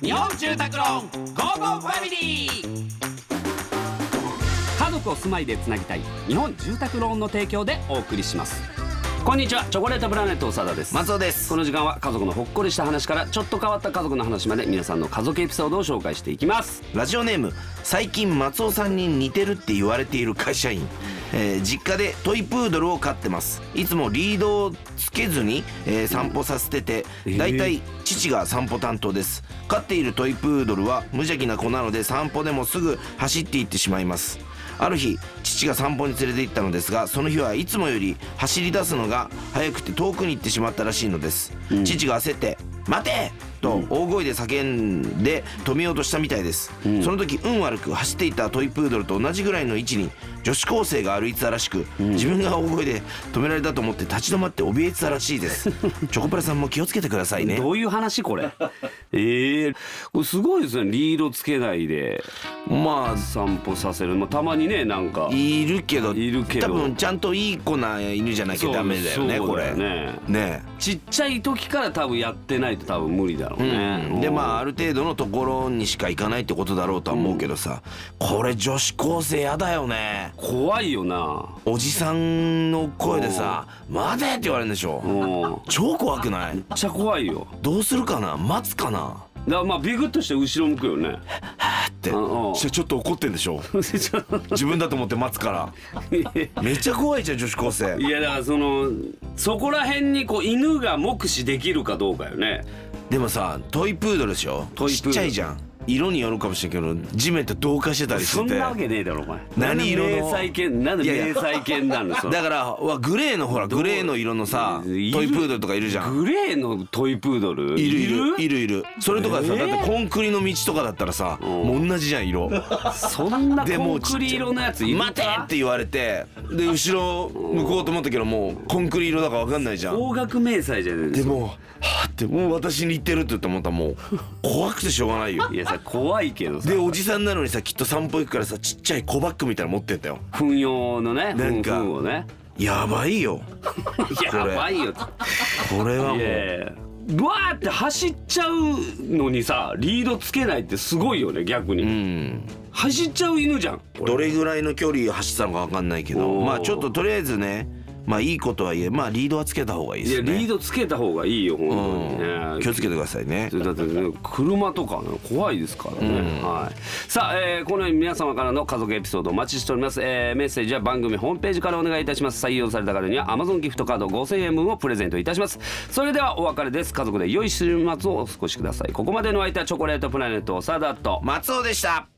日本住宅ローンゴーゴーファミリー家族を住まいでつなぎたい日本住宅ローンの提供でお送りしますこんにちはチョコレートプラネット長田です松尾ですこの時間は家族のほっこりした話からちょっと変わった家族の話まで皆さんの家族エピソードを紹介していきますラジオネーム最近松尾さんに似てるって言われている会社員、えー実家でトイプードルを飼ってますいつもリードをつけずに、えー散歩させててえーだいたい父が散歩担当です飼っているトイプードルは無邪気な子なので散歩でもすぐ走っていってしまいますある日父が散歩に連れて行ったのですがその日はいつもより走り出すのが早くて遠くに行ってしまったらしいのです、父が焦って「待て!」と大声で叫んで止めようとしたみたいです、その時運悪く走っていたトイプードルと同じぐらいの位置に女子高生が歩いてたらしく、自分が大声で止められたと思って立ち止まって怯えてたらしいですチョコプラさんも気をつけてくださいねどういう話こ れええこれすごいですねリードつけないでまあ散歩させる、まあ、たまにねなんかいるけどいるけど多分ちゃんといい子な犬じゃなきゃダメだよねそうそこうだれよねねちっちゃい時から多分やってないと多分無理だろうね、うんでまああある程度のところにしか行かないってことだろうとは思うけどさ、これ女子高生やだよね怖いよなおじさんの声でさ「待て!」って言われるんでしょもう超怖くないめっちゃ怖いよどうするかな待つかなだからまあビクッとして後ろ向くよ ねってうんうんしてちょっと怒ってんでしょちょっと自分だと思って待つから めっちゃ怖いじゃん女子高生いやだからそのそこら辺にこう犬が目視できるかどうかよねでもさトイプードルでしょトイプードちルっちゃいじゃん色によるかもしれないけど地面と同化してたりしてそてんなわけねえだろお前何色のなんで迷彩犬なんでいやい迷や彩犬なのそれだからうわグレーのほらグレーの色のさトいイるプードルとかいるじゃんグレーのトイプードルいるいるいるいるそれとかさ、えーだってコンクリの道とかだったらさ、もう同じじゃん色そんなでコもンうちっちゃクいリ色のやついるか待てって言われてで後ろ向こうと思ったけどもうコンクリ色だから分かんないじゃん大学迷彩じゃないでもはあってもう私に言ってるって言ったらまたもう怖くてしょうがないよ いやさ怖いけどさでおじさんなのにさきっと散歩行くからさちっちゃい小バッグみたいなの持ってったよ糞用のねなんか糞糞をねやばいよやばいよつってこれはいもやういやうわーって走っちゃうのにさリードつけないってすごいよね逆に、うん走っちゃう犬じゃんどれぐらいの距離走ってたのか分かんないけどおーまあちょっととりあえずねまあいいことはいえまあリードはつけた方がいいでいすやよねリードつけた方がいいよ本当うんに気ねをつけてくださいねだってね車とかね怖いですからね、はいさあ、えーこのように皆様からの家族エピソードお待ちしております、えーメッセージは番組ホームページからお願いいたします採用された方には Amazon ギフトカード5000円分をプレゼントいたしますそれではお別れです家族で良い週末をお過ごしくださいここまでのお相手はチョコレートプラネット長田と松尾でした